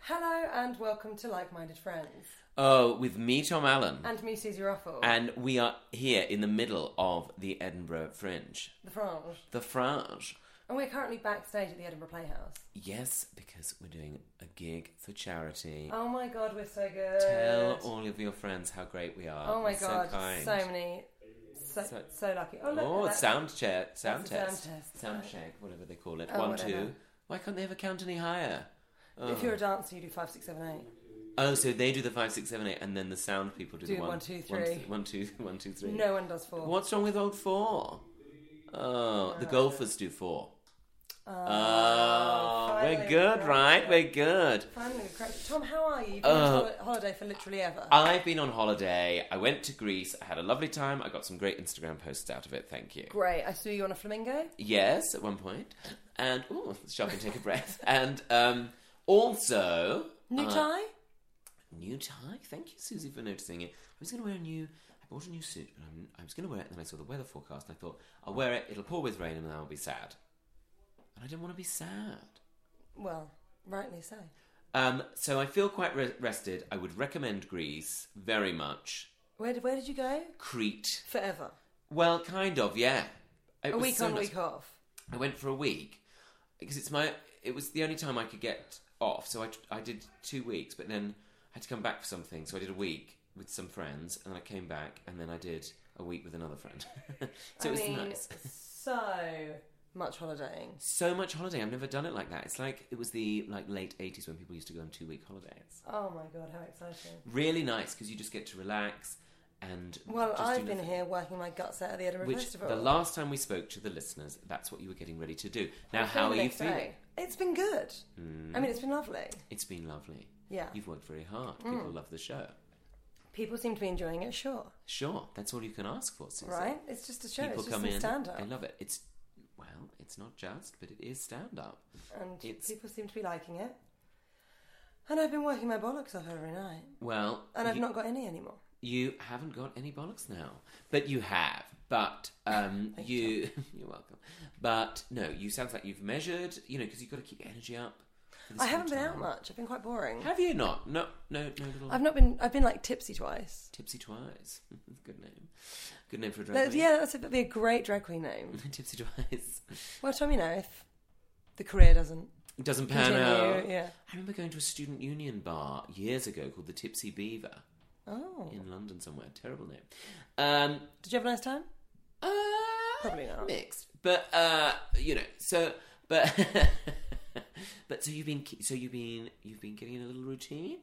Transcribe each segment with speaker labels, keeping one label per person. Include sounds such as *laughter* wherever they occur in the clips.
Speaker 1: Hello and welcome to Like Minded Friends.
Speaker 2: Oh, with me, Tom Allen.
Speaker 1: And me, Susie Ruffle.
Speaker 2: And we are here in the middle of the Edinburgh Fringe.
Speaker 1: the Frange.
Speaker 2: The Fringe.
Speaker 1: And we're currently backstage at the Edinburgh Playhouse.
Speaker 2: Yes, because we're doing a gig for charity.
Speaker 1: Oh my god, we're so good.
Speaker 2: Tell all of your friends how great we are.
Speaker 1: Oh my
Speaker 2: We're
Speaker 1: god,
Speaker 2: so, kind.
Speaker 1: so many. So, so,
Speaker 2: So-
Speaker 1: lucky. Oh, look.
Speaker 2: Oh,
Speaker 1: that-
Speaker 2: sound check, sound
Speaker 1: That's the sound
Speaker 2: test,
Speaker 1: test.
Speaker 2: sound check, whatever they call it.
Speaker 1: Oh,
Speaker 2: One,
Speaker 1: whatever.
Speaker 2: two. Why can't they ever count any higher? Oh.
Speaker 1: If you're a dancer, you do five, six, seven, eight.
Speaker 2: oh, so they do the five, six, seven, eight, and then the sound people do,
Speaker 1: Do
Speaker 2: the one,
Speaker 1: one, two,
Speaker 2: one,
Speaker 1: three.
Speaker 2: th- one, two, *laughs* one, two, three.
Speaker 1: No one does four.
Speaker 2: What's wrong with old four? Oh, the golfers do four. Oh,
Speaker 1: finally
Speaker 2: we're good,
Speaker 1: we
Speaker 2: right? We're good.
Speaker 1: Finally, we're correct. Tom, how are you? You've been on
Speaker 2: Uh,
Speaker 1: hol- holiday for literally ever.
Speaker 2: I've been on holiday. I went to Greece. I had a lovely time. I got some great Instagram posts out of it. Thank you.
Speaker 1: Great. I saw you on a flamingo.
Speaker 2: Yes, at one point. And, ooh, stop and take
Speaker 1: *laughs*
Speaker 2: a breath. And um, also.
Speaker 1: New
Speaker 2: I-
Speaker 1: tie?
Speaker 2: New tie? Thank you, Susie, for noticing it. I was going to wear a new. I bought a new suit, but I'm, I was going to wear it, and then I saw the weather forecast, and I thought, I'll wear it, it'll pour with rain, and then I'll be sad. And I didn't want to be sad.
Speaker 1: Well, rightly so.
Speaker 2: Um, so I feel quite re- rested. I would recommend Greece very much.
Speaker 1: Where, where did you go?
Speaker 2: Crete.
Speaker 1: Forever.
Speaker 2: Well, kind of, yeah. It
Speaker 1: a
Speaker 2: was
Speaker 1: week
Speaker 2: so
Speaker 1: on,
Speaker 2: nice.
Speaker 1: week off.
Speaker 2: I went for a week because it's my. It was the only time I could get off, so I I did two weeks, but then I had to come back for something, so I did a week with some friends, and then I came back, and then I did a week with another friend. *laughs* so
Speaker 1: I
Speaker 2: it was
Speaker 1: mean,
Speaker 2: nice.
Speaker 1: so much holidaying.
Speaker 2: So much holiday. I've never done it like that. It's like it was the like late eighties when people used to go on two week holidays.
Speaker 1: Oh my god, how exciting!
Speaker 2: Really nice because you just get to relax and.
Speaker 1: Well,
Speaker 2: just do
Speaker 1: I've been
Speaker 2: nothing.
Speaker 1: here working my guts out at the Edinburgh
Speaker 2: Which
Speaker 1: Festival.
Speaker 2: the last time we spoke to the listeners, that's what you were getting ready to do. Now,
Speaker 1: I'm
Speaker 2: how are
Speaker 1: the
Speaker 2: you
Speaker 1: next
Speaker 2: feeling? Mm.
Speaker 1: day. It's been good. I mean, it's been lovely.
Speaker 2: It's been lovely.
Speaker 1: Yeah. Mm.
Speaker 2: You've worked very hard. People love the show.
Speaker 1: People seem to be enjoying it, sure.
Speaker 2: Sure, that's all you can ask for, Susie.
Speaker 1: Right? It's just a show.
Speaker 2: People
Speaker 1: it's just
Speaker 2: come in,
Speaker 1: stand up.
Speaker 2: they love it. It's well, it's not just, but it is stand up.
Speaker 1: And
Speaker 2: it's-
Speaker 1: people seem to be liking it. And I've been working my bollocks off every night.
Speaker 2: Well,
Speaker 1: And I've
Speaker 2: you,
Speaker 1: not got any anymore.
Speaker 2: you haven't got any bollocks now, but you have. But um,
Speaker 1: *laughs* Thank
Speaker 2: you, *laughs* you're welcome. But no, you sounds like you've measured. You know, because you've got to keep your energy up. for this
Speaker 1: I
Speaker 2: whole
Speaker 1: haven't been out
Speaker 2: time.
Speaker 1: much. I've been quite boring.
Speaker 2: Have you not? No, no, no little.
Speaker 1: I've not been. I've been like tipsy twice.
Speaker 2: Tipsy Twice. *laughs* Good name. Good name for a drag
Speaker 1: That-
Speaker 2: queen.
Speaker 1: yeah, that's a, that'd be a great drag queen name.
Speaker 2: *laughs* Tipsy Twice.
Speaker 1: Well, Tom, you know, if the career doesn't
Speaker 2: It doesn't pan
Speaker 1: continue,
Speaker 2: out.
Speaker 1: yeah.
Speaker 2: I remember going to a student union bar years ago called the Tipsy Beaver
Speaker 1: Oh,
Speaker 2: in London somewhere. Terrible name. Um,
Speaker 1: did you have a nice time?
Speaker 2: uh,
Speaker 1: Probably not.
Speaker 2: mixed, but uh, you know. So, but *laughs* but so you've been ke- so you've been you've been getting in a little routine.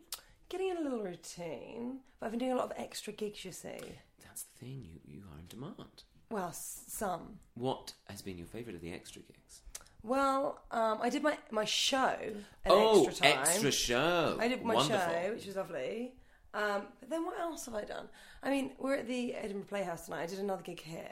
Speaker 1: Getting in a little routine, but I've been doing a lot of extra gigs. You see,
Speaker 2: That's the thing. You you are in demand.
Speaker 1: well, s- some.
Speaker 2: What has been your favourite of the extra gigs?
Speaker 1: Well, um, I did my my show. An
Speaker 2: oh,
Speaker 1: extra time.
Speaker 2: extra show.
Speaker 1: I did my
Speaker 2: Wonderful.
Speaker 1: show, which was lovely. Um, but then what else have I done? I mean, we're at the Edinburgh Playhouse tonight. I did another gig here,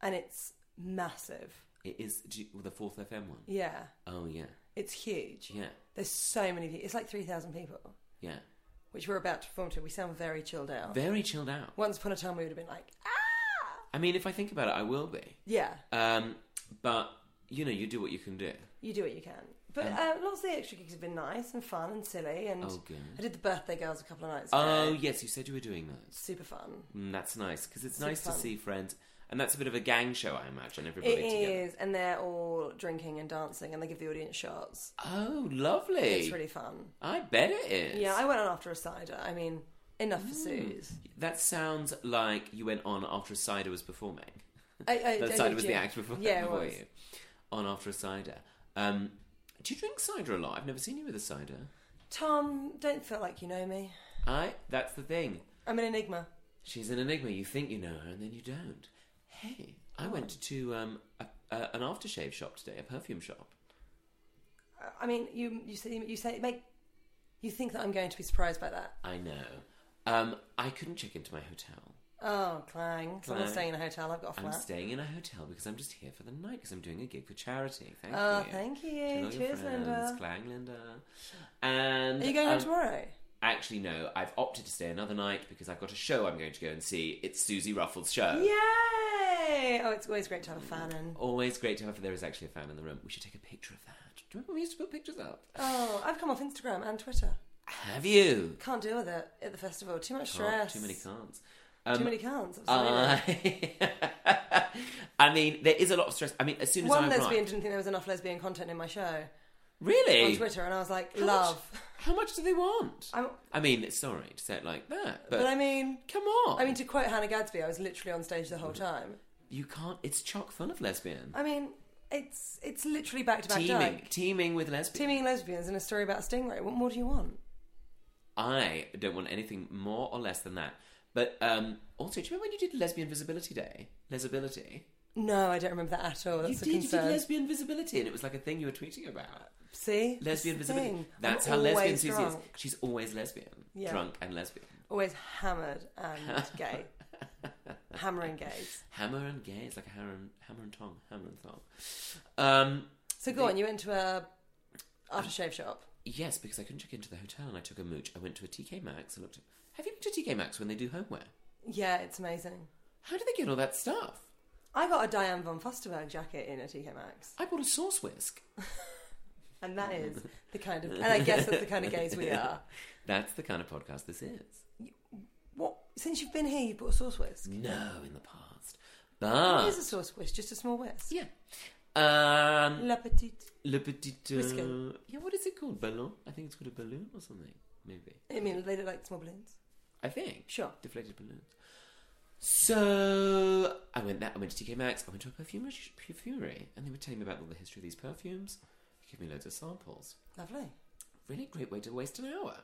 Speaker 1: and it's massive.
Speaker 2: It is do you- the fourth FM one.
Speaker 1: Yeah,
Speaker 2: Oh yeah,
Speaker 1: it's huge.
Speaker 2: yeah,
Speaker 1: There's so many people. It's like three thousand people,
Speaker 2: yeah.
Speaker 1: which we're about to perform to. We sound very chilled out.
Speaker 2: Very chilled out.
Speaker 1: Once upon a time, we would have been like, ah!
Speaker 2: I mean, if I think about it, I will be.
Speaker 1: yeah,
Speaker 2: Um, but you know, you do what you can do.
Speaker 1: you do what you can. But uh, lots of the extra gigs have been nice and fun and silly. And
Speaker 2: Oh, good.
Speaker 1: I did the birthday girls a couple of nights ago.
Speaker 2: Oh yes, you Oh, said you were doing that.
Speaker 1: super fun.
Speaker 2: Mm, that's nice because it's
Speaker 1: Super
Speaker 2: nice to
Speaker 1: fun.
Speaker 2: see friends. And that's a bit of a gang show, I imagine. Everybody
Speaker 1: It
Speaker 2: together.
Speaker 1: is, and they're all drinking and dancing, and they give the audience shots.
Speaker 2: Oh, lovely.
Speaker 1: It's really fun.
Speaker 2: I bet it is.
Speaker 1: Yeah, I went on after a cider. I mean, enough
Speaker 2: Mm.
Speaker 1: for
Speaker 2: *laughs*
Speaker 1: Sue's.
Speaker 2: That sounds like you went on after a cider was performing.
Speaker 1: *laughs* I, I,
Speaker 2: That
Speaker 1: I
Speaker 2: cider
Speaker 1: did,
Speaker 2: was the
Speaker 1: yeah.
Speaker 2: act before,
Speaker 1: Yeah, it
Speaker 2: before
Speaker 1: was.
Speaker 2: you. On after a cider. Um, do you drink cider a lot? I've never seen you with a cider.
Speaker 1: Tom, don't feel like you know me.
Speaker 2: I. That's the thing.
Speaker 1: I'm an enigma.
Speaker 2: She's an enigma. You think you know her, and then you don't. Hey, I went to um, a, a, an aftershave shop today, a perfume shop.
Speaker 1: I- I mean, you you say you say make you think that I'm going to be surprised by that.
Speaker 2: I know. Um, I couldn't check into my hotel.
Speaker 1: Oh, clang! So I'm not
Speaker 2: Clang.
Speaker 1: staying in a hotel. I've got a
Speaker 2: I'm
Speaker 1: flat.
Speaker 2: staying in a hotel because I'm just here for the night because I'm doing a gig for charity. Thank
Speaker 1: Oh,
Speaker 2: you.
Speaker 1: thank you.
Speaker 2: To all your
Speaker 1: Cheers,
Speaker 2: friends.
Speaker 1: Linda.
Speaker 2: Clang, Linda. And
Speaker 1: Are you going home
Speaker 2: um,
Speaker 1: tomorrow?
Speaker 2: Actually, no. I've opted to stay another night because I've got a show I'm going to go and see. It's Susie Ruffles' show.
Speaker 1: Yay! Oh, it's always great to have a fan in.
Speaker 2: Always great to have. There is actually a fan in the room. We should take a picture of that. Do you remember we used to put pictures up?
Speaker 1: Oh, I've come off Instagram and Twitter.
Speaker 2: Have you?
Speaker 1: Can't deal with it at the festival. Too much
Speaker 2: Can't- Um,
Speaker 1: stress.
Speaker 2: Too many cans.
Speaker 1: Too many cans. Absolutely.
Speaker 2: I, I mean, there is a lot of stress. I mean, as soon as I
Speaker 1: One
Speaker 2: arrived,
Speaker 1: lesbian didn't think there was enough lesbian content in my show
Speaker 2: really
Speaker 1: on Twitter, and I was like,
Speaker 2: How much-
Speaker 1: love.
Speaker 2: how much do they want?
Speaker 1: I'm-
Speaker 2: I mean, sorry to say it like that, but,
Speaker 1: But I mean,
Speaker 2: come on.
Speaker 1: I mean, to quote Hannah Gadsby, I was literally on stage the whole
Speaker 2: Mm-hmm.
Speaker 1: time.
Speaker 2: you can't. It's chock full of lesbian
Speaker 1: I mean, it's it's literally back to back
Speaker 2: teaming,
Speaker 1: dyke.
Speaker 2: teaming with lesbian.
Speaker 1: Teaming lesbians and a story about a stingray. What more do you want?
Speaker 2: I don't want anything more or less than that. But um, also, do you remember when you did Lesbian Visibility Day? Lesability.
Speaker 1: No, I don't remember that at all. That's a
Speaker 2: you did. You
Speaker 1: concern.
Speaker 2: did Lesbian Visibility, and it was like a thing you were tweeting about.
Speaker 1: See,
Speaker 2: Lesbian
Speaker 1: This thing.
Speaker 2: visibility. That's
Speaker 1: I'm
Speaker 2: how lesbian
Speaker 1: always
Speaker 2: Susie is.
Speaker 1: drunk,
Speaker 2: She's always lesbian,
Speaker 1: Yeah.
Speaker 2: drunk and lesbian.
Speaker 1: Always hammered and
Speaker 2: *laughs*
Speaker 1: gay, hammering gays.
Speaker 2: Hammer and gay. It's like a hammer and hammer and tong. Hammer and thong. Um,
Speaker 1: So go on. You went to a aftershave shop.
Speaker 2: yes, because I couldn't check into the hotel, and I took a mooch. I went to a TK Maxx and looked. At, have you been to TK Maxx when they do homeware?
Speaker 1: Yeah, it's amazing.
Speaker 2: How do they get all that stuff?
Speaker 1: I got a Diane von Furstenberg jacket in a TK Maxx,
Speaker 2: I bought a sauce whisk.
Speaker 1: and that is
Speaker 2: *laughs*
Speaker 1: the kind of, and I guess that's the kind of gays we are.
Speaker 2: That's the kind of podcast this is.
Speaker 1: What? Since you've been here, you bought a sauce whisk.
Speaker 2: No, in the past,
Speaker 1: What
Speaker 2: but
Speaker 1: is a sauce whisk? Just a small whisk.
Speaker 2: yeah. Um,
Speaker 1: La petite.
Speaker 2: Le petit. Uh,
Speaker 1: Whisker.
Speaker 2: Yeah, what is it called? Ballon? I think it's called a balloon or something. Maybe.
Speaker 1: I mean, they look like small balloons.
Speaker 2: I think.
Speaker 1: Sure.
Speaker 2: Deflated balloons. So I went there. I went to TK Maxx. I went to a perfumery, perfumery, and they were telling me about all the history of these perfumes. They gave me loads of samples.
Speaker 1: Lovely.
Speaker 2: Really great way to waste an hour.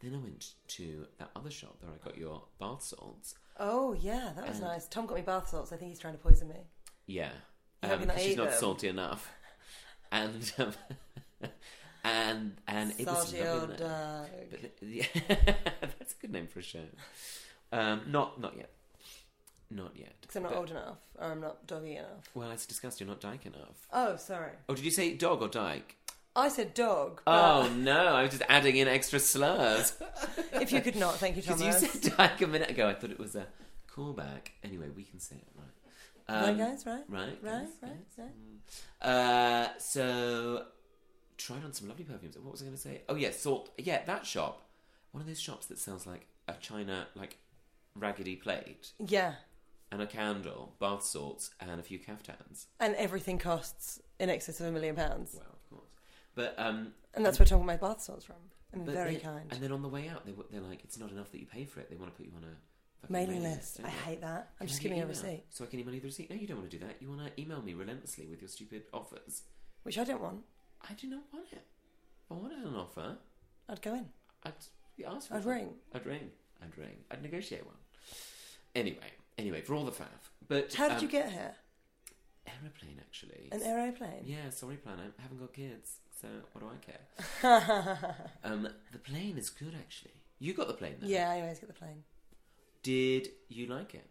Speaker 2: Then I went to that other shop where I got your bath salts.
Speaker 1: Oh yeah, that was
Speaker 2: And-
Speaker 1: nice. Tom got me bath salts. I think he's trying to poison me.
Speaker 2: Yeah,
Speaker 1: You're not
Speaker 2: um,
Speaker 1: gonna
Speaker 2: she's
Speaker 1: eat
Speaker 2: not
Speaker 1: them. *laughs*
Speaker 2: salty enough, and um, *laughs* and and it was
Speaker 1: Salty
Speaker 2: lovely
Speaker 1: old uh,
Speaker 2: there.
Speaker 1: dog.
Speaker 2: But th- yeah, *laughs* that's a good name for a show. Um, not not yet, not yet.
Speaker 1: Because I'm not
Speaker 2: But-
Speaker 1: old enough, or I'm not doggy enough.
Speaker 2: Well, it's disgusting. You're not dyke enough.
Speaker 1: Oh, sorry.
Speaker 2: Oh, did you say dog or dyke?
Speaker 1: I said dog. But
Speaker 2: Oh no, I was just adding in
Speaker 1: *laughs*
Speaker 2: extra slurs
Speaker 1: if you could not, thank
Speaker 2: *laughs*
Speaker 1: you,
Speaker 2: because Oh. you
Speaker 1: Thomas.
Speaker 2: said dyke a minute ago. I thought it was a callback. Anyway, we can say it right.
Speaker 1: right,
Speaker 2: Um,
Speaker 1: guys, right,
Speaker 2: Right,
Speaker 1: right,
Speaker 2: guys,
Speaker 1: right,
Speaker 2: yes.
Speaker 1: right.
Speaker 2: Uh, so tried on some lovely perfumes. What was I going to say? Oh yeah, salt. Yeah, that shop. One of those shops that sells like a china, like raggedy plate
Speaker 1: Yeah,
Speaker 2: and a candle, bath salts, and a few caftans.
Speaker 1: and everything costs in excess of a million pounds,
Speaker 2: Well, of course. But um,
Speaker 1: and that's where Tom got my bath salts from. I'm
Speaker 2: but
Speaker 1: very
Speaker 2: then-
Speaker 1: kind.
Speaker 2: And then on the way out, they, were- they're like, it's not enough that you pay for it. They want to put you on a fucking
Speaker 1: Mailing list.
Speaker 2: don't
Speaker 1: I
Speaker 2: they?
Speaker 1: hate that. I'm
Speaker 2: Can
Speaker 1: just
Speaker 2: I get
Speaker 1: giving a
Speaker 2: email?
Speaker 1: receipt,
Speaker 2: So I can email you the receipt. No, you don't want to do that. You want to email me relentlessly with your stupid offers.
Speaker 1: which I don't want.
Speaker 2: I do not want it. If I wanted an offer.
Speaker 1: I'd go in.
Speaker 2: I'd ask. For
Speaker 1: I'd
Speaker 2: one.
Speaker 1: ring.
Speaker 2: I'd ring. I'd ring. I'd negotiate one. Anyway, anyway, for all the faff. But
Speaker 1: How did
Speaker 2: um,
Speaker 1: you get here?
Speaker 2: aeroplane? Actually,
Speaker 1: An aeroplane.
Speaker 2: *laughs*
Speaker 1: *laughs*
Speaker 2: yeah. Sorry, planet. I haven't got kids, so what do I care? um, the plane is good, actually. You got the plane, though.
Speaker 1: Yeah, I always get the plane.
Speaker 2: Did you like it?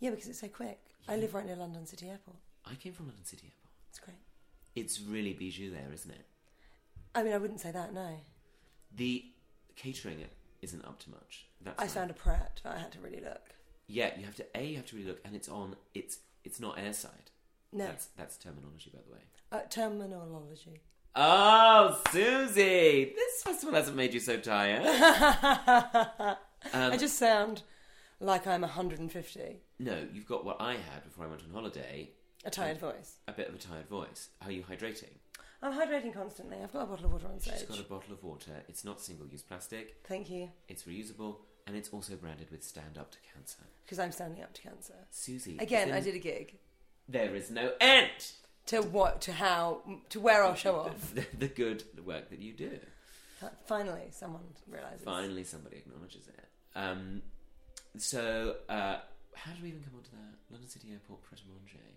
Speaker 1: Yeah, because it's so quick. I live right near London City Airport.
Speaker 2: I came from London City Airport.
Speaker 1: It's great.
Speaker 2: It's really bijou there, isn't it?
Speaker 1: I mean, I wouldn't say that, no.
Speaker 2: The catering isn't up to much. That's
Speaker 1: I
Speaker 2: nice.
Speaker 1: found a prat, but I had to really look.
Speaker 2: Yeah, you have to. A, you have to really look, and it's on. It's it's not airside.
Speaker 1: No,
Speaker 2: That's that's terminology, by the way.
Speaker 1: uh, terminology. *laughs*
Speaker 2: Oh, Um, Susie, this festival hasn't made you so tired.
Speaker 1: I just sound like I'm 150.
Speaker 2: No, you've got what I had before I went on holiday
Speaker 1: A tired voice.
Speaker 2: a bit of a tired voice. How are you hydrating?
Speaker 1: I'm hydrating constantly. I've got a bottle of water on
Speaker 2: She's
Speaker 1: stage.
Speaker 2: got a bottle of water. It's not single use plastic,
Speaker 1: Thank you,
Speaker 2: it's reusable, and it's also branded with Stand Up to Cancer.
Speaker 1: because I'm standing up to cancer.
Speaker 2: Susie.
Speaker 1: Again,
Speaker 2: then
Speaker 1: I did a gig.
Speaker 2: There is no end
Speaker 1: To what? To how? To where I'll Oh, show
Speaker 2: *laughs* to
Speaker 1: off. Uh,
Speaker 2: the, the good work that you do.
Speaker 1: Finally, someone realizes.
Speaker 2: Finally, somebody acknowledges it. Um, so, uh, how did we even come onto that? London City Airport, Pret a Manger.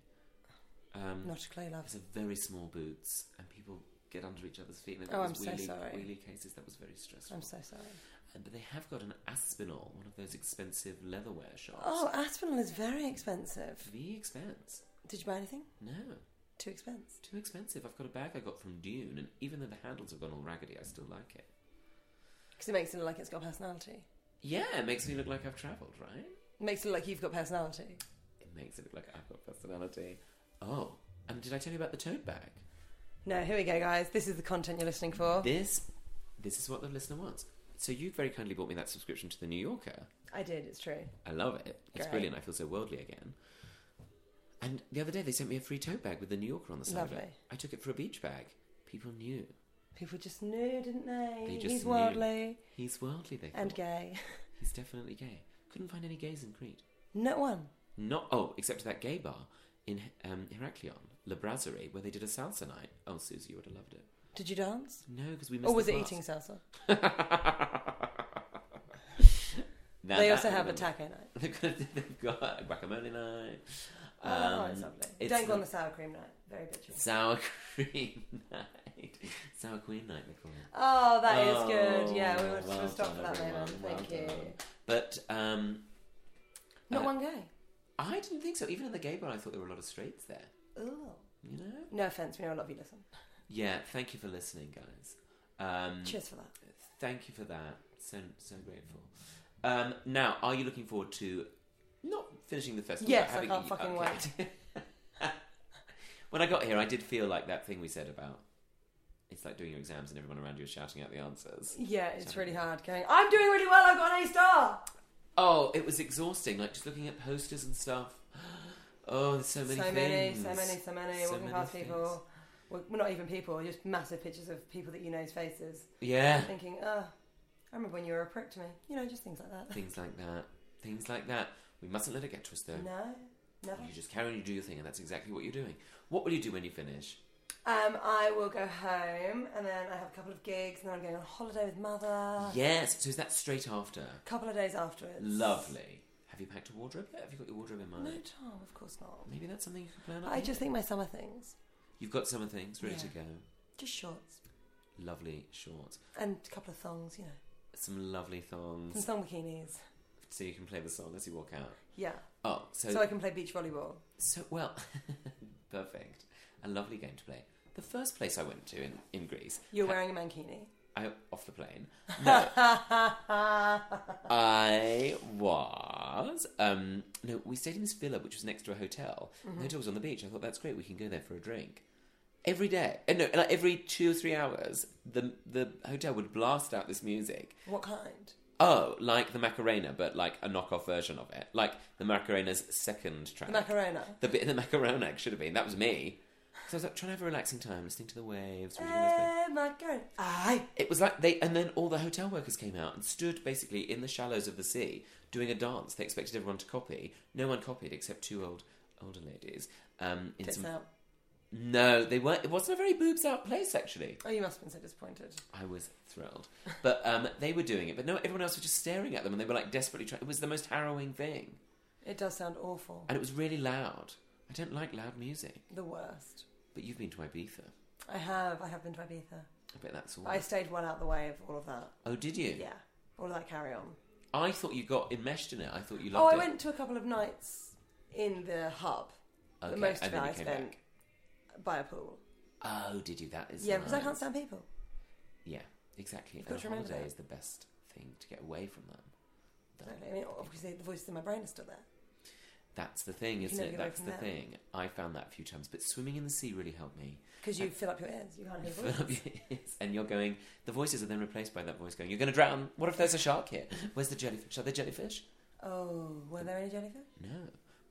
Speaker 2: Um,
Speaker 1: Not a clue, love.
Speaker 2: It's a very small boots, and people get under each other's feet. And they've
Speaker 1: Oh,
Speaker 2: got
Speaker 1: I'm
Speaker 2: these
Speaker 1: so
Speaker 2: wheelie,
Speaker 1: sorry.
Speaker 2: Wheelie cases. That was very stressful.
Speaker 1: I'm so sorry.
Speaker 2: And- But they have got an Aspinall, one of those expensive leatherware shops.
Speaker 1: Oh, Aspinall is very expensive.
Speaker 2: the expense?
Speaker 1: Did you buy anything?
Speaker 2: No,
Speaker 1: Too expensive.
Speaker 2: too expensive. I've got a bag I got from Dune, and even though the handles have gone all raggedy, I still like it.
Speaker 1: Because it makes it look like it's got personality.
Speaker 2: Yeah, it makes me look like I've travelled, right?
Speaker 1: It makes it look like you've got personality.
Speaker 2: It makes it look like I've got personality. Oh, and did I tell you about the tote bag?
Speaker 1: No, here we go, guys. This is the content you're listening for.
Speaker 2: This, this is what the listener wants. So you very kindly bought me that subscription to the New Yorker.
Speaker 1: I did, it's true.
Speaker 2: I love it. It's
Speaker 1: Great.
Speaker 2: brilliant. I feel so worldly again. And the other day they sent me a free tote bag with the New Yorker on the side of it.
Speaker 1: Lovely.
Speaker 2: I took it for a beach bag. People knew.
Speaker 1: People just knew, didn't they?
Speaker 2: They just
Speaker 1: He's
Speaker 2: knew.
Speaker 1: worldly
Speaker 2: He's worldly, they
Speaker 1: and
Speaker 2: thought.
Speaker 1: gay. *laughs*
Speaker 2: He's definitely gay. Couldn't find any gays in Crete.
Speaker 1: No one.
Speaker 2: Not oh, except that gay bar in um, Heraklion, La Brasserie, where they did a salsa night. Oh, Susie, you would have loved it.
Speaker 1: Did you dance?
Speaker 2: No, because we missed.
Speaker 1: Or was
Speaker 2: the
Speaker 1: it
Speaker 2: class.
Speaker 1: eating salsa?
Speaker 2: Now
Speaker 1: they
Speaker 2: that
Speaker 1: also
Speaker 2: I
Speaker 1: have a
Speaker 2: remember.
Speaker 1: taco night.
Speaker 2: *laughs* They've got, they've got a guacamole night.
Speaker 1: Oh, that
Speaker 2: Um,
Speaker 1: night's lovely.
Speaker 2: it's
Speaker 1: Don't go
Speaker 2: the-
Speaker 1: on the sour cream night. Very bitchy.
Speaker 2: Sour *laughs* cream night. Sour queen night, they call it.
Speaker 1: Oh, that is good.
Speaker 2: Oh,
Speaker 1: Yeah, we will
Speaker 2: well
Speaker 1: we'll stop for
Speaker 2: done,
Speaker 1: that moment.
Speaker 2: everyone.
Speaker 1: Thank
Speaker 2: Well
Speaker 1: you.
Speaker 2: done. But um,
Speaker 1: Not
Speaker 2: Uh,
Speaker 1: one gay.
Speaker 2: I didn't think so. Even in the gay bar, I thought there were a lot of straights there.
Speaker 1: Ooh.
Speaker 2: You know?
Speaker 1: No offense, we know a lot of you listen.
Speaker 2: Yeah, thank you for listening, guys. Um,
Speaker 1: Cheers for that.
Speaker 2: Thank you for that. So, so grateful. Um, now, are you looking forward to not finishing the festival?
Speaker 1: Yes, I
Speaker 2: but having
Speaker 1: can't
Speaker 2: you-
Speaker 1: fucking
Speaker 2: okay. *laughs* when I got here, I did feel like that thing we said about it's like doing your exams and everyone around you is shouting out the answers.
Speaker 1: Yeah, it's really hard going, I'm doing really well, I've got an A star.
Speaker 2: Oh, it was exhausting. Like just looking at posters and stuff. *gasps* Oh, there's so many
Speaker 1: so many,
Speaker 2: things.
Speaker 1: so many, so many.
Speaker 2: So
Speaker 1: Walking past
Speaker 2: many things.
Speaker 1: people. Well, well, not even people, just massive pictures of people that you know's faces.
Speaker 2: Yeah,
Speaker 1: Thinking, oh, I remember when you were a prick to me. You know, just things like that.
Speaker 2: things like that. Things like that. We mustn't let it get to us, though.
Speaker 1: No, never.
Speaker 2: You just carry on, you do your thing, and that's exactly what you're doing. What will you do when you finish?
Speaker 1: Um, I will go home and then I have a couple of gigs and then I'm going on holiday with mother.
Speaker 2: yes. So is that straight after?
Speaker 1: A couple of days afterwards.
Speaker 2: Lovely. Have you packed a wardrobe yet? Have you got your wardrobe in mind?
Speaker 1: No, Tom, of course not.
Speaker 2: Maybe that's something you could plan. up
Speaker 1: I
Speaker 2: here.
Speaker 1: just think my summer things.
Speaker 2: You've got some of the things ready to
Speaker 1: Yeah.
Speaker 2: go.
Speaker 1: Just shorts
Speaker 2: Lovely shorts,
Speaker 1: and a couple of thongs, you know.
Speaker 2: some lovely thongs,
Speaker 1: *laughs* Some thong bikinis.
Speaker 2: so you can play the song as you walk out.
Speaker 1: Yeah.
Speaker 2: Oh, so
Speaker 1: So I can play beach volleyball.
Speaker 2: So, well, *laughs* perfect. A lovely game to play. The first place I went to in, in Greece,
Speaker 1: You're wearing a mankini.
Speaker 2: I, off the plane, no, I was. Um, no, we stayed in this villa which was next to a hotel.
Speaker 1: Mm-hmm.
Speaker 2: The hotel was on the beach. I thought, that's great, we can go there for a drink. Every day, uh, no, like every two or three hours, the the hotel would blast out this music.
Speaker 1: *laughs* what kind?
Speaker 2: Oh, like the Macarena, but like a knockoff version of it, like the Macarena's second track.
Speaker 1: The Macarena.
Speaker 2: The bit in the macarona should have been. That was me. So I was like trying to have a relaxing time, listening to the waves. reading all those things.
Speaker 1: Eh, Macarena. Aye.
Speaker 2: It was like they, and then all the hotel workers came out and stood basically in the shallows of the sea doing a dance. They expected everyone to copy. No one copied except two old older ladies. Um, in
Speaker 1: Tits
Speaker 2: some,
Speaker 1: out.
Speaker 2: No, they weren't. It wasn't a very boobs out place actually.
Speaker 1: Oh, you must have been so disappointed.
Speaker 2: I was thrilled, but um, they were doing it. But no, everyone else was just staring at them, and they were like desperately trying. It was the most harrowing thing,
Speaker 1: It does sound awful.
Speaker 2: and it was really loud. I don't like loud music,
Speaker 1: The worst.
Speaker 2: but you've been to Ibiza.
Speaker 1: I have. I have been to Ibiza.
Speaker 2: I bet that's all.
Speaker 1: But I stayed well out the way of all of that.
Speaker 2: Oh, did you?
Speaker 1: Yeah. All of that carry on.
Speaker 2: I thought you got enmeshed in it. I thought you
Speaker 1: Oh,
Speaker 2: loved
Speaker 1: I
Speaker 2: it.
Speaker 1: went to a couple of nights in the hub.
Speaker 2: Okay,
Speaker 1: but most of
Speaker 2: and
Speaker 1: it
Speaker 2: then
Speaker 1: I
Speaker 2: you came
Speaker 1: spent
Speaker 2: back.
Speaker 1: by a pool.
Speaker 2: Oh, did you? That is
Speaker 1: yeah, because I
Speaker 2: nice.
Speaker 1: can't stand people.
Speaker 2: Yeah, exactly.
Speaker 1: You've
Speaker 2: and
Speaker 1: got
Speaker 2: a
Speaker 1: to remember
Speaker 2: holiday
Speaker 1: that.
Speaker 2: is the best thing to get away from them.
Speaker 1: Exactly. I mean, obviously the voices in my brain are still there.
Speaker 2: That's the thing,
Speaker 1: You can
Speaker 2: isn't
Speaker 1: never
Speaker 2: it?
Speaker 1: get away
Speaker 2: That's
Speaker 1: from
Speaker 2: the
Speaker 1: them.
Speaker 2: thing. I found that a few times, but swimming in the sea really helped me.
Speaker 1: Because
Speaker 2: Uh.
Speaker 1: you fill up your ears. You
Speaker 2: *laughs*
Speaker 1: can't hear voices.
Speaker 2: and you're going. The voices are then replaced by that voice going. You're going to drown. What if there's a shark here? Where's the jellyfish? Are there jellyfish?
Speaker 1: Oh, were there any jellyfish?
Speaker 2: No,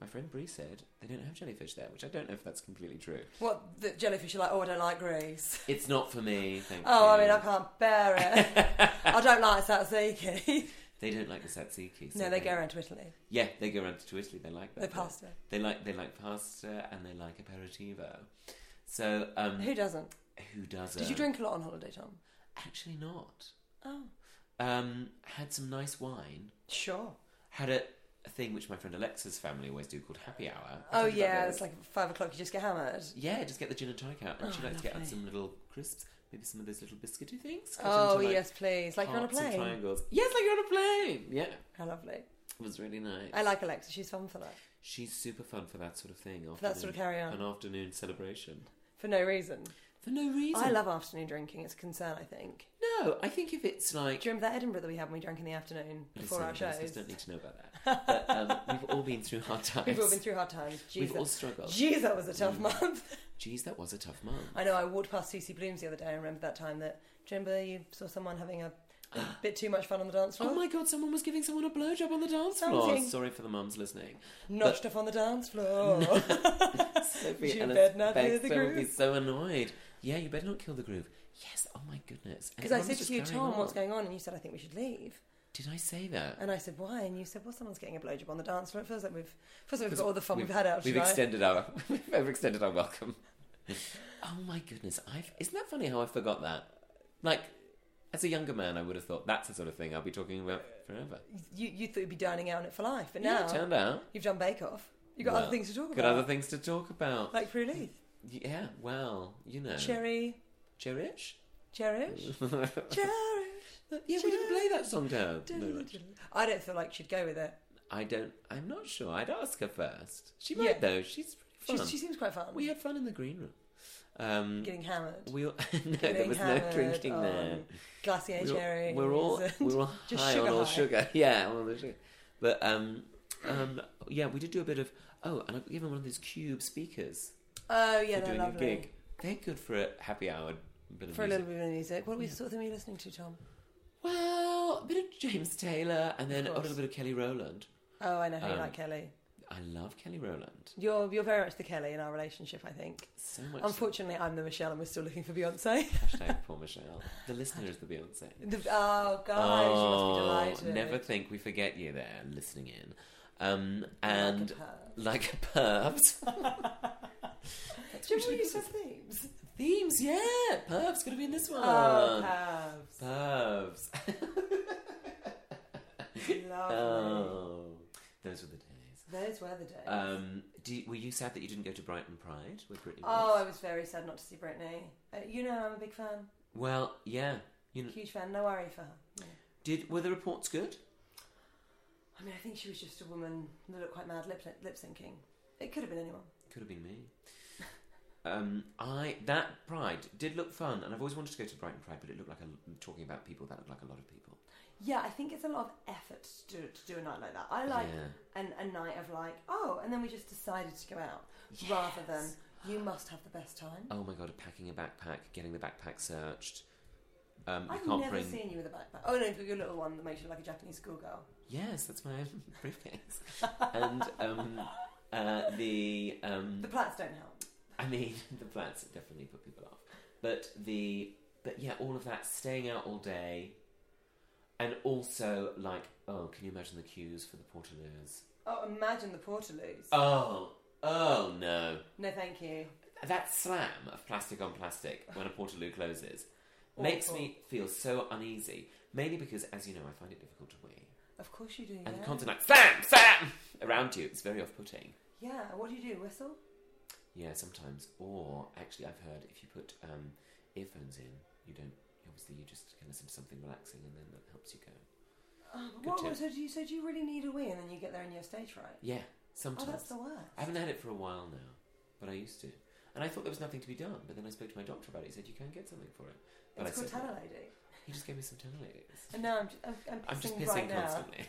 Speaker 2: my friend Bree said they don't have jellyfish there, which I don't know if that's completely true.
Speaker 1: What, the jellyfish are like, oh, I don't like grease.
Speaker 2: It's not for me. Thank
Speaker 1: Oh, I
Speaker 2: you.
Speaker 1: mean, I can't bear
Speaker 2: *laughs*
Speaker 1: it. I don't like *laughs* tzatziki.
Speaker 2: They don't like the tzatziki. so
Speaker 1: no, they go around to Italy.
Speaker 2: Yeah, they go around to Italy. They like that.
Speaker 1: They
Speaker 2: bit.
Speaker 1: pasta.
Speaker 2: They like they like pasta and they like aperitivo. So um,
Speaker 1: Who doesn't?
Speaker 2: who doesn't?
Speaker 1: Did you drink a lot on holiday, Tom?
Speaker 2: Actually, not.
Speaker 1: Oh,
Speaker 2: Um, had some nice wine.
Speaker 1: sure.
Speaker 2: Had a, a thing which my friend Alexa's family always do called happy hour.
Speaker 1: Oh,
Speaker 2: Something
Speaker 1: yeah,
Speaker 2: this.
Speaker 1: it's like five o'clock, you just get hammered.
Speaker 2: Yeah, just get the gin and tonic out, and
Speaker 1: Oh,
Speaker 2: she likes to get out
Speaker 1: lovely.
Speaker 2: some little crisps, maybe some of those little biscuity things. cut
Speaker 1: Oh,
Speaker 2: into, like,
Speaker 1: yes, please. Like you're on a
Speaker 2: hearts and
Speaker 1: plane.
Speaker 2: triangles. Yes, like you're on a plane. Yeah,
Speaker 1: How lovely.
Speaker 2: it was really nice.
Speaker 1: I like Alexa, she's fun for that.
Speaker 2: She's super fun for that sort of thing.
Speaker 1: For that sort of
Speaker 2: afternoon-
Speaker 1: carry on.
Speaker 2: An afternoon celebration
Speaker 1: For no reason.
Speaker 2: for no reason.
Speaker 1: I love afternoon drinking, it's a concern, I think.
Speaker 2: No, I think if it's like
Speaker 1: Do you remember that Edinburgh that we had when we drank in the afternoon before our
Speaker 2: Listen,
Speaker 1: shows?
Speaker 2: listeners don't need to know
Speaker 1: *laughs*
Speaker 2: about that. But um, we've all been through hard times.
Speaker 1: We've all been through hard times. Jeez,
Speaker 2: We've all
Speaker 1: that-
Speaker 2: struggled. Mm.
Speaker 1: Jeez, that was a tough month. *laughs*
Speaker 2: Jeez, that was a tough month.
Speaker 1: I know. I walked past CC Blooms the other day. and remember that time that. Do you remember you saw someone having
Speaker 2: *gasps*
Speaker 1: a bit too much fun on the dance floor?
Speaker 2: Oh my god, someone was giving someone a blowjob on the dance floor.
Speaker 1: Something.
Speaker 2: Sorry for the mums listening.
Speaker 1: *gasps* Notched off on the dance floor.
Speaker 2: *laughs*
Speaker 1: *laughs*
Speaker 2: Sophie
Speaker 1: You
Speaker 2: Ellis
Speaker 1: better not
Speaker 2: Bextor
Speaker 1: hear the
Speaker 2: would be
Speaker 1: groove.
Speaker 2: so annoyed. Yeah, you better not kill the groove. Yes, oh my goodness. And
Speaker 1: Because I
Speaker 2: everyone
Speaker 1: said
Speaker 2: was just
Speaker 1: to you,
Speaker 2: carrying
Speaker 1: Tom,
Speaker 2: on.
Speaker 1: what's going on? And you said, I think we should leave.
Speaker 2: Did I say that?
Speaker 1: And I said, why? And you said, well, someone's getting a blowjob on the dance floor. It feels like we've, feels like we've got
Speaker 2: Because
Speaker 1: all the fun we've, had out
Speaker 2: We've
Speaker 1: tonight.
Speaker 2: extended our *laughs* we've overextended
Speaker 1: *laughs*
Speaker 2: our welcome. oh my goodness! I've isn't that funny how I forgot that? Like, as a younger man, I would have thought that's the sort of thing I'll be talking about forever.
Speaker 1: You, you thought you'd be dining out on it for life, but
Speaker 2: Yeah,
Speaker 1: now
Speaker 2: it turned out.
Speaker 1: you've done Bake Off. You've got
Speaker 2: well,
Speaker 1: other things to talk
Speaker 2: Got
Speaker 1: about.
Speaker 2: other things to talk about.
Speaker 1: Like Prue
Speaker 2: *laughs*
Speaker 1: Leith.
Speaker 2: yeah, well, you know,
Speaker 1: Cherry.
Speaker 2: Cherish. *laughs*
Speaker 1: Cherish. Cherish.
Speaker 2: Yeah, we didn't play that song down.
Speaker 1: I don't feel like she'd go with it.
Speaker 2: I don't. I'm not sure. I'd ask her first. She might
Speaker 1: Yeah.
Speaker 2: though. She's pretty fun.
Speaker 1: She's, she seems quite fun.
Speaker 2: We had fun in the green room. Um,
Speaker 1: getting hammered.
Speaker 2: we all, *laughs* no, there
Speaker 1: Getting
Speaker 2: was no
Speaker 1: hammered
Speaker 2: drinking
Speaker 1: on
Speaker 2: there.
Speaker 1: Glacier
Speaker 2: We all-
Speaker 1: cherry.
Speaker 2: We're all
Speaker 1: and-
Speaker 2: we're all
Speaker 1: *laughs* just
Speaker 2: high
Speaker 1: sugar
Speaker 2: on all
Speaker 1: high.
Speaker 2: sugar. *laughs* Yeah, on all the sugar. But um, um, yeah, we did do a bit of oh, and I've given one of these cube speakers
Speaker 1: Oh yeah,
Speaker 2: for
Speaker 1: they're
Speaker 2: doing
Speaker 1: lovely.
Speaker 2: a gig. They're good for a happy hour. Bit of
Speaker 1: For a
Speaker 2: music.
Speaker 1: little bit of music. What were sort of thing were you listening to, Tom?
Speaker 2: Well, a bit of James Taylor, and then a
Speaker 1: course.
Speaker 2: little bit of Kelly Rowland.
Speaker 1: Oh, I know how
Speaker 2: Um,
Speaker 1: you like Kelly.
Speaker 2: I love Kelly Rowland
Speaker 1: You're you're very much the Kelly in our relationship, I think.
Speaker 2: so much.
Speaker 1: Unfortunately, I'm the Michelle, and we're still looking for Beyonce.
Speaker 2: *laughs*
Speaker 1: *laughs*
Speaker 2: Hashtag poor Michelle. The listener is the Beyonce. Oh,
Speaker 1: The, oh God, you must be delighted.
Speaker 2: never think we forget you there, listening in. Um, and
Speaker 1: perv.
Speaker 2: like a pervs.
Speaker 1: Do you remember we used to have themes?
Speaker 2: Themes, yeah. Perv's gonna be in this one.
Speaker 1: Oh, pervs.
Speaker 2: Pervs. *laughs*
Speaker 1: Lovely.
Speaker 2: Oh, those were the days.
Speaker 1: Those were the days.
Speaker 2: Um, do you- were you sad that you didn't go to Brighton Pride with Britney?
Speaker 1: oh, I
Speaker 2: Spears?
Speaker 1: was very sad not to see Britney. Uh, you know, I'm a big fan,
Speaker 2: well, yeah. You know,
Speaker 1: huge fan. No worry for her. Yeah.
Speaker 2: did were the reports good?
Speaker 1: I mean, I think she was just a woman that looked quite mad lip lip syncing. It could have been anyone.
Speaker 2: Could have been me. Um, I that Pride did look fun, and I've always wanted to go to Brighton Pride, but it looked like a, talking about people that looked like a lot of people.
Speaker 1: Yeah, I think it's a lot of effort to do, to do a night like that. I like
Speaker 2: Yeah.
Speaker 1: an, a night of like, oh, and then we just decided to go out rather than
Speaker 2: Yes.
Speaker 1: you must have the best time.
Speaker 2: Oh my god, packing a backpack, getting the backpack searched. Um, you
Speaker 1: I've
Speaker 2: can't
Speaker 1: never
Speaker 2: bring.
Speaker 1: seen you with a backpack. Oh no, you've got your little one that makes you look like a Japanese schoolgirl.
Speaker 2: Yes, that's my *laughs* briefcase. and um, uh, the um,
Speaker 1: The plaits don't help.
Speaker 2: I mean, *laughs* the plants definitely put people off. But the but yeah, all of that staying out all day, and also like oh, can you imagine the queues for the portaloos?
Speaker 1: Oh, imagine the Portaloos.
Speaker 2: Oh, oh no,
Speaker 1: No, thank you.
Speaker 2: that slam of plastic on plastic when a portaloo closes makes me feel so uneasy. Mainly because, as you know, I find it difficult to wee.
Speaker 1: Of course you do.
Speaker 2: And the
Speaker 1: yeah.
Speaker 2: constant like slam, slam around you, it's very off-putting.
Speaker 1: yeah. What do you do? Whistle?
Speaker 2: Yeah, sometimes. Or actually, I've heard if you put um, earphones in, you don't. Obviously, you just can listen to something relaxing, and then that helps you go.
Speaker 1: Oh, but
Speaker 2: Good
Speaker 1: what
Speaker 2: tip.
Speaker 1: was so do you so do you really need a wee and then you get there and you're stage fright? Oh,
Speaker 2: Yeah, sometimes.
Speaker 1: that's the worst.
Speaker 2: I haven't had it for a while now, but I used to, and I thought there was nothing to be done. But then I spoke to my doctor about it. He said you can get something for it. But
Speaker 1: It's
Speaker 2: I
Speaker 1: called
Speaker 2: said,
Speaker 1: Tanner Lady.
Speaker 2: He just gave me some Tanaladies.
Speaker 1: And now I'm just, I'm, I'm pissing,
Speaker 2: I'm just pissing
Speaker 1: right now.
Speaker 2: constantly.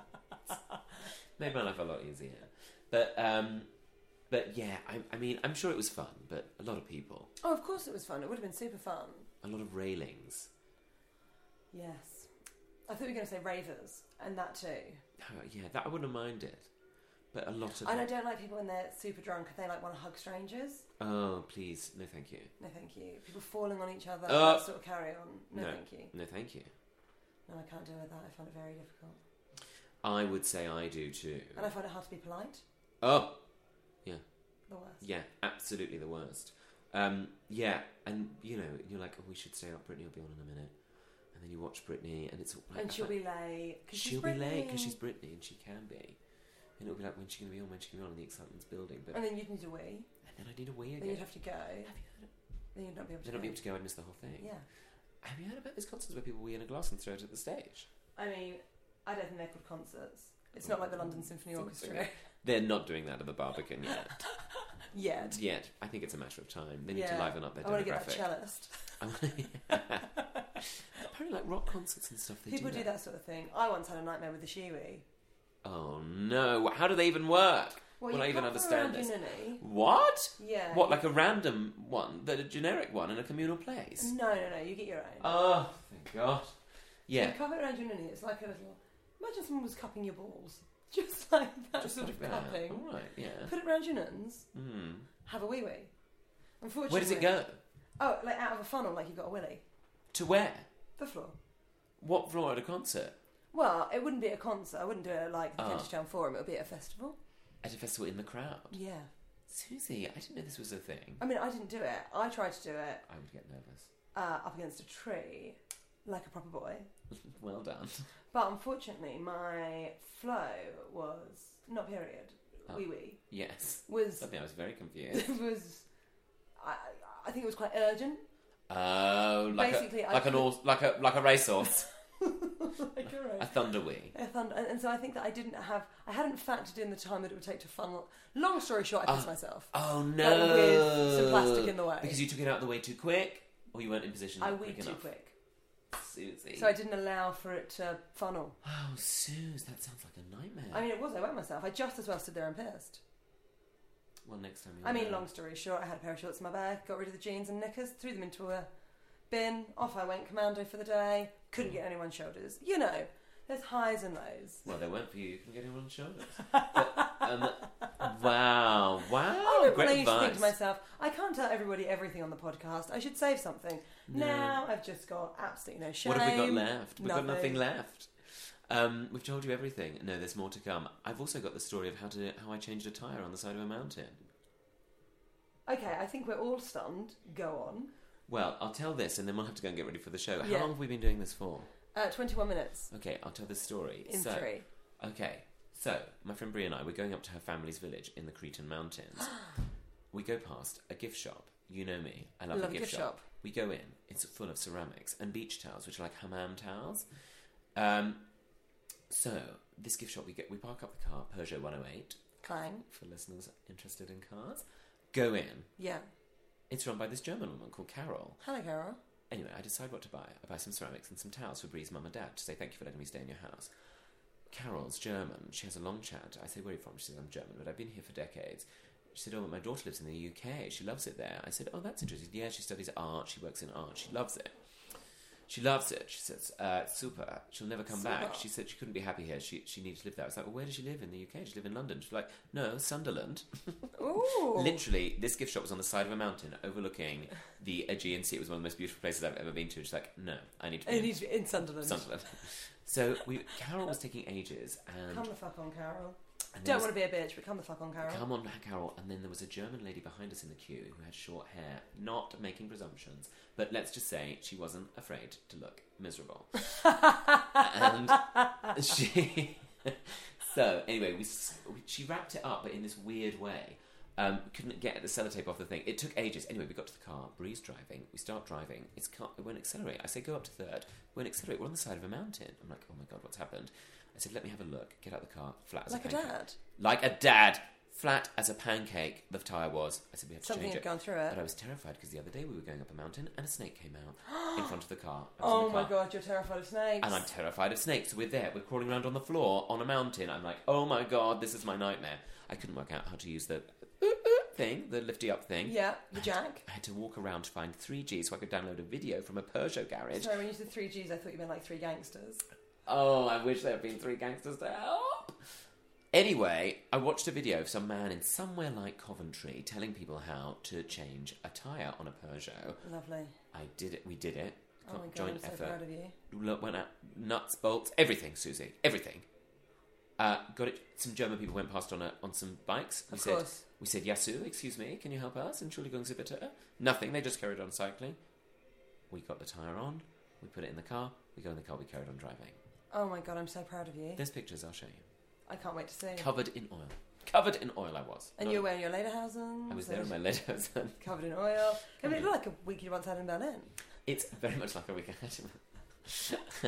Speaker 2: *laughs* Made my life a lot easier. But um, but yeah, I, I mean, I'm sure it was fun, but a lot of people,
Speaker 1: Oh, of course it was fun. It would have been super fun.
Speaker 2: a lot of railings.
Speaker 1: Yes. I thought you were going to say ravers and that too.
Speaker 2: Oh, yeah, that I wouldn't mind it, but a lot of
Speaker 1: And I
Speaker 2: it-
Speaker 1: don't like people when they're super drunk and they like want to hug strangers.
Speaker 2: oh please no thank you
Speaker 1: No, thank you. People falling on each other,
Speaker 2: Uh,
Speaker 1: that sort of carry on. No, thank you.
Speaker 2: no thank you.
Speaker 1: No, I can't deal with that. I find it very difficult.
Speaker 2: I would say I do too.
Speaker 1: And I find it hard to be polite.
Speaker 2: Oh yeah.
Speaker 1: The worst.
Speaker 2: Yeah, absolutely the worst. Um, yeah, and you know, you're like, oh, we should stay up. Brittany will be on in a minute, and then you watch Brittany, and it's all like,
Speaker 1: And she'll be late. Cause she's
Speaker 2: she'll be late
Speaker 1: Britney.
Speaker 2: because she's Brittany, and she can be. And it'll be like, when's she gonna be on? When's she gonna be on? And the excitement's building. But
Speaker 1: And then you'd need a wee.
Speaker 2: and then I need a wee
Speaker 1: Then
Speaker 2: again.
Speaker 1: you'd have to go. Then you'd not be able to.
Speaker 2: Then I'll be able to go. I'd miss the whole thing.
Speaker 1: Yeah.
Speaker 2: Have you heard about those concerts where people wee in a glass and throw it at the stage?
Speaker 1: I mean, I don't think they're called concerts. It's not like the London Symphony
Speaker 2: Think so.
Speaker 1: Orchestra *laughs*
Speaker 2: They're not doing that at the Barbican yet.
Speaker 1: yet.
Speaker 2: yet, I think it's a matter of time. They need
Speaker 1: Yeah.
Speaker 2: to liven up their
Speaker 1: I want to get that
Speaker 2: *laughs* demographic.
Speaker 1: cellist.
Speaker 2: *laughs* Apparently, like rock concerts and stuff, they
Speaker 1: People
Speaker 2: do
Speaker 1: do that sort of thing. I once had a nightmare with the shiwi.
Speaker 2: Oh no! How do they even work? Will I even understand this?
Speaker 1: Your ninny.
Speaker 2: What?
Speaker 1: Yeah.
Speaker 2: What, like a random one, that a generic one in a communal place?
Speaker 1: No, no, no. You get your own.
Speaker 2: Oh, thank God! Yeah,
Speaker 1: You cup it around your ninny. It's like a little. Imagine someone was cupping your balls, *laughs* just like that
Speaker 2: just
Speaker 1: sort
Speaker 2: like
Speaker 1: of
Speaker 2: that. Oh.
Speaker 1: cupping.
Speaker 2: All right, yeah.
Speaker 1: Put it around your nuns.
Speaker 2: Hmm.
Speaker 1: Have a wee wee. Unfortunately,
Speaker 2: Where does it go?
Speaker 1: Oh, like out of a funnel, like you've got a willy.
Speaker 2: To where?
Speaker 1: The floor.
Speaker 2: What floor at a concert?
Speaker 1: Well, it wouldn't be at a concert. I wouldn't do it at, like the
Speaker 2: Ah.
Speaker 1: Kentish Town Forum. It would be at a festival.
Speaker 2: At a festival in the crowd.
Speaker 1: Yeah.
Speaker 2: Susie, I didn't know this was a thing.
Speaker 1: I mean, I didn't do it. I tried to do it
Speaker 2: I would get nervous. *laughs*
Speaker 1: uh, up against a tree, like a proper boy.
Speaker 2: well done.
Speaker 1: But unfortunately, my flow was not period.
Speaker 2: Oh.
Speaker 1: Wee wee
Speaker 2: Yes.
Speaker 1: was *laughs*
Speaker 2: Suddenly, I was very confused.
Speaker 1: it was I, I think it was quite
Speaker 2: *laughs*
Speaker 1: urgent
Speaker 2: Oh, like
Speaker 1: Basically,
Speaker 2: a,
Speaker 1: I
Speaker 2: like an
Speaker 1: could-
Speaker 2: horse, like a like a racehorse,
Speaker 1: like all
Speaker 2: a
Speaker 1: right.
Speaker 2: thunder wee.
Speaker 1: I found- and, and so I think that I didn't have I hadn't factored in the time that it would take to funnel long story short I pissed myself
Speaker 2: Oh no!
Speaker 1: Like, with some plastic in the way.
Speaker 2: because you took it out the way too quick, or you weren't in position.
Speaker 1: I
Speaker 2: quick
Speaker 1: weed too
Speaker 2: enough.
Speaker 1: quick
Speaker 2: Susie.
Speaker 1: so I didn't allow for it to funnel
Speaker 2: Oh, Suze, that sounds like a nightmare.
Speaker 1: I mean it was I wet myself I just as well stood there and pissed
Speaker 2: well, next time.
Speaker 1: I mean
Speaker 2: you'll-
Speaker 1: long story short I had a pair of shorts in my bag got rid of the jeans and knickers threw them into a bin off I went commando for the day couldn't
Speaker 2: Mm.
Speaker 1: get anyone's shoulders you know there's highs and lows
Speaker 2: Well, they weren't for you. You can get him on
Speaker 1: *laughs*
Speaker 2: shoulders. But, um, wow, wow!
Speaker 1: I don't
Speaker 2: Oh, great
Speaker 1: really used to think
Speaker 2: advice.
Speaker 1: to myself, I can't tell everybody everything on the podcast. I should save something. Now I've just got absolutely no shame.
Speaker 2: what have we got left? We've got nothing left. Um, we've told you everything. No, there's more to come. I've also got the story of how to how I changed a tire on the side of a mountain.
Speaker 1: Okay, I think we're all stunned. Go on.
Speaker 2: Well, I'll tell this, and then we'll have to go and get ready for the show. How
Speaker 1: Yeah.
Speaker 2: long have we been doing this for?
Speaker 1: Uh, 21 minutes
Speaker 2: Okay, I'll tell the story.
Speaker 1: in
Speaker 2: so,
Speaker 1: three.
Speaker 2: Okay, so my friend Brie and I, we're going up to her family's village in the Cretan *gasps* Mountains. we go past a gift shop. You know me, I love, a gift, shop. We go in, it's full of ceramics and beach towels, which are like hammam towels. Um, so, this gift shop, we, get, we park up the car, Peugeot 108,
Speaker 1: Clang.
Speaker 2: for listeners interested in cars. Go in.
Speaker 1: Yeah.
Speaker 2: It's run by this German woman called Carol.
Speaker 1: Hello, Carol.
Speaker 2: Anyway, I decide what to buy. I buy some ceramics and some towels for Bree's mum and dad to say thank you for letting me stay in your house. Carol's German. She has a long chat. I say, Where are you from? She says, I'm German, but I've been here for decades. She said, Oh, but my daughter lives in the UK. She loves it there. I said, Oh, that's interesting. Yeah, she studies art. She works in art. She loves it. She loves it. She says, uh, Super. She'll never come back.
Speaker 1: Super.
Speaker 2: She said she couldn't be happy here. She, she needed to live there. I was like, Well, where does she live in the UK? Does She live in London. She's like, No, Sunderland. *laughs*
Speaker 1: Ooh.
Speaker 2: Literally, this gift shop was on the side of a mountain overlooking the Aegean Sea. It was one of the most beautiful places I've ever been to. She's like, no, I need to be
Speaker 1: It
Speaker 2: in
Speaker 1: needs to be in Sunderland.
Speaker 2: Sunderland. So we, Carol was taking ages, and,
Speaker 1: Come the fuck on, Carol.
Speaker 2: and
Speaker 1: Don't
Speaker 2: there was-
Speaker 1: want to be a bitch, but come the fuck on, Carol.
Speaker 2: come on, Carol. And then there was a German lady behind us in the queue who had short hair. Not making presumptions, but let's just say she wasn't afraid to look miserable.
Speaker 1: *laughs*
Speaker 2: and she. *laughs* so anyway, we, s- we she wrapped it up, but in this weird way. Um, couldn't get the sellotape off the thing. It took ages. Anyway, we got to the car. Bree's driving. We start driving. It's car. It won't accelerate. I say, go up to third. Won't accelerate. We're on the side of a mountain. I'm like, oh my god, what's happened? I said, let me have a look. Get out the car. Flat as
Speaker 1: Like a
Speaker 2: pancake.
Speaker 1: dad.
Speaker 2: Like a dad. Flat as a pancake. The tire was. I said, we have to
Speaker 1: Something
Speaker 2: change
Speaker 1: had
Speaker 2: it.
Speaker 1: gone through it.
Speaker 2: But I was terrified because the other day we were going up a mountain and a snake
Speaker 1: *gasps*
Speaker 2: came out in front of the car. I was in
Speaker 1: Oh
Speaker 2: the
Speaker 1: my
Speaker 2: car.
Speaker 1: god, you're terrified of snakes.
Speaker 2: And I'm terrified of snakes. So we're there, we're crawling around on the floor on a mountain. I'm like, oh my god, this is my nightmare. I couldn't work out how to use the thing, the lifty up thing.
Speaker 1: yeah, the jack.
Speaker 2: *laughs* I had to walk around to find 3G so I could download a video from a Peugeot garage.
Speaker 1: Sorry, when you said three Gs, I thought you meant like three gangsters.
Speaker 2: Oh, I wish there had been three gangsters to help. Anyway, I watched a video of some man in somewhere like Coventry telling people how to change a tyre on a Peugeot.
Speaker 1: Lovely.
Speaker 2: I did it. We did it.
Speaker 1: Oh my god,
Speaker 2: Joint
Speaker 1: I'm so
Speaker 2: effort.
Speaker 1: proud of you.
Speaker 2: Look, went out nuts, bolts, everything, Susie, everything. Uh, got it. Some German people went past on a, on some bikes. We
Speaker 1: Of
Speaker 2: said,
Speaker 1: course.
Speaker 2: We said, Yasu, excuse me, can you help us? And Entschuldigung, Sie bitte. Nothing. They just carried on cycling. We got the tire on. We put it in the car. We go in the car. We carried on driving.
Speaker 1: Oh my god, I'm so proud of you.
Speaker 2: There's pictures. I'll show you.
Speaker 1: I can't wait to see.
Speaker 2: Covered in oil. Covered in oil. I was.
Speaker 1: and
Speaker 2: Not-
Speaker 1: you're wearing your lederhausen.
Speaker 2: I was there in my letters. *laughs*
Speaker 1: Covered in oil. I mean, it looked like a week you once had in Berlin.
Speaker 2: It's very much like a weekend. *laughs*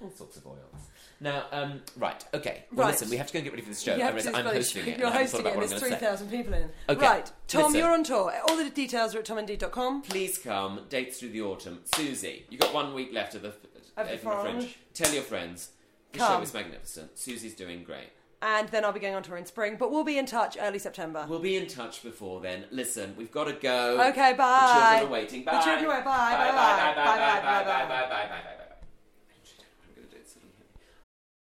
Speaker 2: All sorts of oils. Now, um, right, okay. Well,
Speaker 1: Right.
Speaker 2: listen, we have to go and get ready for this show.
Speaker 1: You
Speaker 2: I
Speaker 1: have
Speaker 2: realize
Speaker 1: to
Speaker 2: I'm
Speaker 1: finish.
Speaker 2: hosting it.
Speaker 1: You're
Speaker 2: and I haven't
Speaker 1: hosting it.
Speaker 2: thought about
Speaker 1: and
Speaker 2: what
Speaker 1: There's
Speaker 2: I'm gonna
Speaker 1: 3,000
Speaker 2: say.
Speaker 1: people in.
Speaker 2: Okay,
Speaker 1: Right, Tom,
Speaker 2: listen.
Speaker 1: you're on tour. All the details are at tomanddeed.com.
Speaker 2: Please come. Dates through the autumn. Susie, you got one week left of the
Speaker 1: Of the
Speaker 2: Edinburgh
Speaker 1: Fringe.
Speaker 2: Fringe. Tell your friends. The show
Speaker 1: Come.
Speaker 2: is magnificent. Susie's doing great.
Speaker 1: And then I'll be going on tour in spring, but we'll be in touch early September.
Speaker 2: We'll be in touch before then. Listen, we've got to go.
Speaker 1: Okay,
Speaker 2: The
Speaker 1: bye.
Speaker 2: children are waiting.
Speaker 1: The
Speaker 2: Bye.
Speaker 1: children are- bye,
Speaker 2: Bye.
Speaker 1: bye,
Speaker 2: bye.